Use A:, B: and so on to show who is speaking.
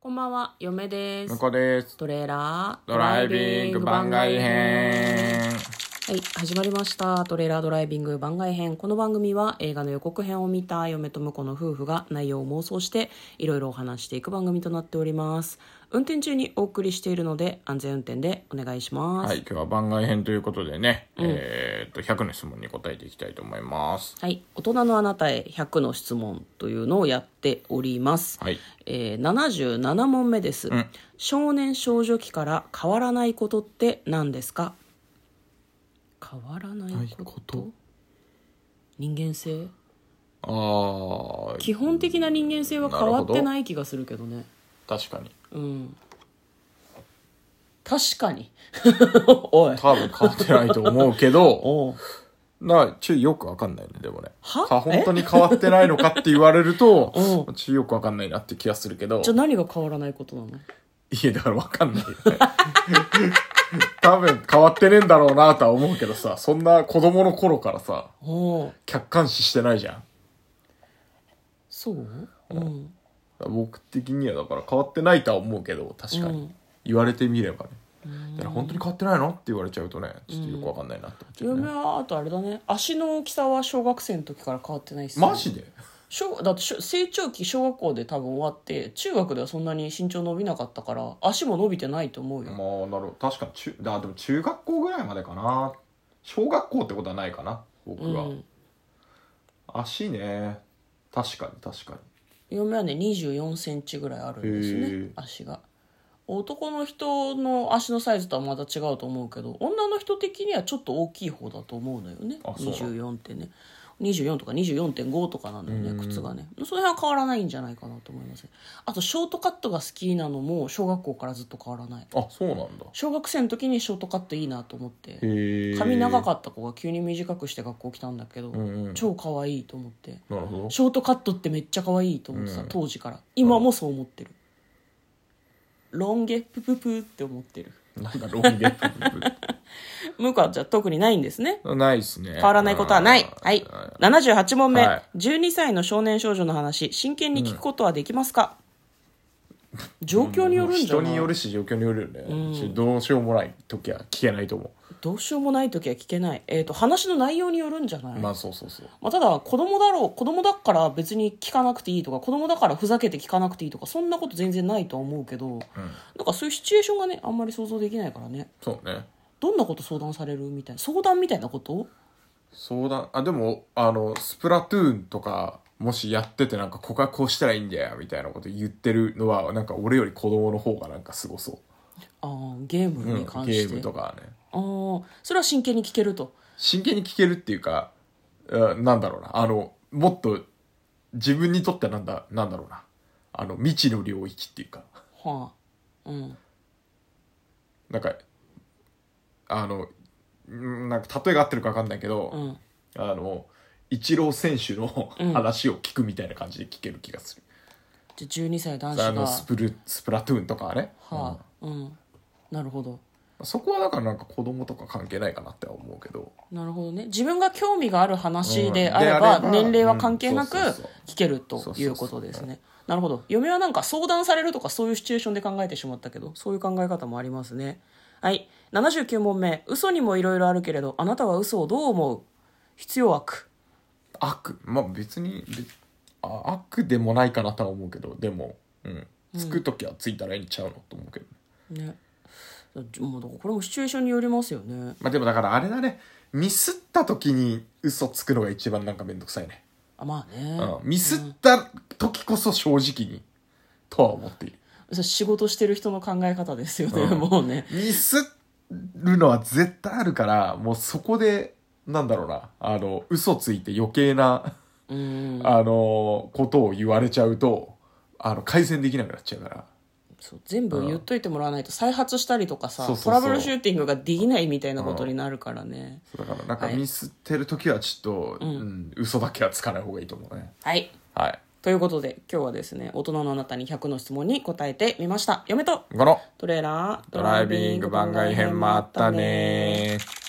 A: こんばんは、嫁です
B: 向。こうです。
A: トレーラー
B: ドライビング番外編。
A: はい、始まりました。トレーラードライビング番外編。この番組は映画の予告編を見た嫁と婿の夫婦が内容を妄想していろいろお話していく番組となっております。運転中にお送りしているので安全運転でお願いします。
B: はい、今日は番外編ということでね、えーっと、100の質問に答えていきたいと思います。
A: はい、大人のあなたへ100の質問というのをやっております。
B: はい。
A: えー、77問目です、少年少女期から変わらないことって何ですか変わらないこと
B: ないこと
A: 人間性
B: あー、
A: 基本的な人間性は変わっ
B: なる
A: て
B: ほど
A: ない気がするけどね
B: 確かに。
A: うん確かにおい
B: 多分変わってないと思うけ ど、
A: おう
B: な、ちょ、よくわかんないね、でもね。
A: は
B: か本当に変わってないのかって言われる と
A: う、
B: ちょ、よくわかんないなって気がするけど
A: じゃあ、何が変わらないことなの
B: いや、だからわかんないよね。 多分変わってねえんだろうなとは思うけどさ、そんな子供の頃からさ、
A: おう
B: 客観視してないじゃん。
A: そううん
B: 僕的にはだから変わってないとは思うけど確かに、
A: うん
B: 言われてみればねだから本当に変わってないのって言われちゃうとねちょっとよくわかんないなって思っちゃう
A: 嫁
B: ね、
A: はあとあれだね足の大きさは小学生の時から変わってないっすね
B: マジで
A: 小だって小成長期小学校で多分終わって中学ではそんなに身長伸びなかったから足も伸びてないと思う
B: ま
A: よ、
B: あなるほど確かに中あでも中学校ぐらいまでかな小学校ってことはないかな僕
A: う
B: は、
A: ん、
B: 足ね確かに確かに
A: 嫁はね2 4センチぐらいあるんです
B: へ
A: ね
B: え
A: 足が男の人の足のサイズとはまた違うと思うけど女の人的にはちょっと大きい方だと思うのよね
B: あそうなの
A: 24ってね24とか24.5とかなんだよ
B: うん
A: ね靴がねその辺は変わらないんじゃないかなと思いますねあとショートカットが好きなのも小学校からずっと変わらない
B: あそうなんだ
A: 小学生の時にショートカットいいなと思って
B: へえ
A: 髪長か
B: っ
A: った子が急に短くして学校来たんだけど、
B: うんうん
A: 超可愛いと思って
B: なるほど
A: ショートカットってめっちゃ可愛いと思ってた、
B: うん
A: 当時から今もそう思ってる、ロン毛プププって思ってる
B: なんだロンゲッ
A: 向こうはじゃあ特にないんですね
B: プないっすね
A: 変わらないことはない。はい。78問目、
B: はい
A: 12歳の少年少女の話、真剣に聞くことはできますか、状況によるんじゃ
B: 人
A: ない
B: によるし状況によるよね、どうしようもない時は聞けないと思
A: どうしようもない時は聞けない。えっ、と、話の内容によるんじゃな
B: う、
A: い、
B: まあそうそうそう
A: まあ、ただ子供だろう子供だから別に聞かなくていいとか子供だからふざけて聞かなくていいとかそんなこと全然ないとは思うけど、なんかそういうシチュエーションがねあんまり想像できないからね
B: そうね
A: どんなこと相談されるみたいな相談みたいなこと
B: 相談あでもあのスプラトゥーンとかもしやっててなんか告白をしたらいいんだよみたいなこと言ってるのはなんか俺より子供の方がなんかすごそ
A: あーゲー
B: う、う
A: ム
B: ん
A: に関
B: ゲ
A: して、
B: ームとかはね
A: あーそれは真剣に聞けると
B: 真剣に聞けるっていうか、うんなんだろうなあのもっと自分にとってなんだなんだろうなあの未知の領域っていうか
A: はあうん
B: なんかあのうんなんか例えが合ってるか分かんないけど、
A: うん
B: あのイチロー選手の
A: うん
B: 話を聞くみたいな感じで聞ける気がする、
A: じゃあ12歳男
B: あ
A: 子が
B: のスプルスプラトゥーンとかはね、
A: はあうんなるほど
B: うんそこはだからなんか子供とか関係ないかなっては思うけど
A: なるほどね自分が興味がある話
B: うん
A: で
B: で
A: あれば
B: あれば
A: 年齢は関係なく
B: うんそうそうそう
A: 聞けるということですねなるほど嫁はなんか相談されるとかそういうシチュエーションで考えてしまったけどそういう考え方もありますねはい79問目嘘にもいろいろあるけれどあなたは嘘をどう思う必要悪
B: 悪まあ別にべあ悪でもないかなとは思うけどでも、うん、つく時はついたらいいんちゃうのと思うけどね、
A: ねもうだからこれもシチュエーションによりますよね
B: まあでもだからあれだねミスった時に嘘つくのが一番なんかめんどくさいね、
A: あまあね
B: うん、ミスった時こそ正直にとは思っている
A: そう仕事してる人の考え方ですよね、
B: うん
A: もうね
B: ミスるのは絶対あるから、もうそこで、なんだろうな、あの、嘘ついて余計な、
A: うん
B: あの、ことを言われちゃうと、あの、改善できなくなっちゃうから。
A: そう全部言っといてもらわないと再発したりとかさ
B: そう
A: ト
B: そうそう
A: ラブルシューティングができないみたいなことになるからね、
B: だから、なんか
A: はい
B: ミスってる時はちょっ
A: ん
B: と、うん、嘘だけはつかない方がいいと思うね。
A: はい
B: はい。
A: ということで今日はですね大人のあなたに100の質問に答えてみました嫁と
B: この、
A: トレーラード
B: ドライビング番外編もあったねー。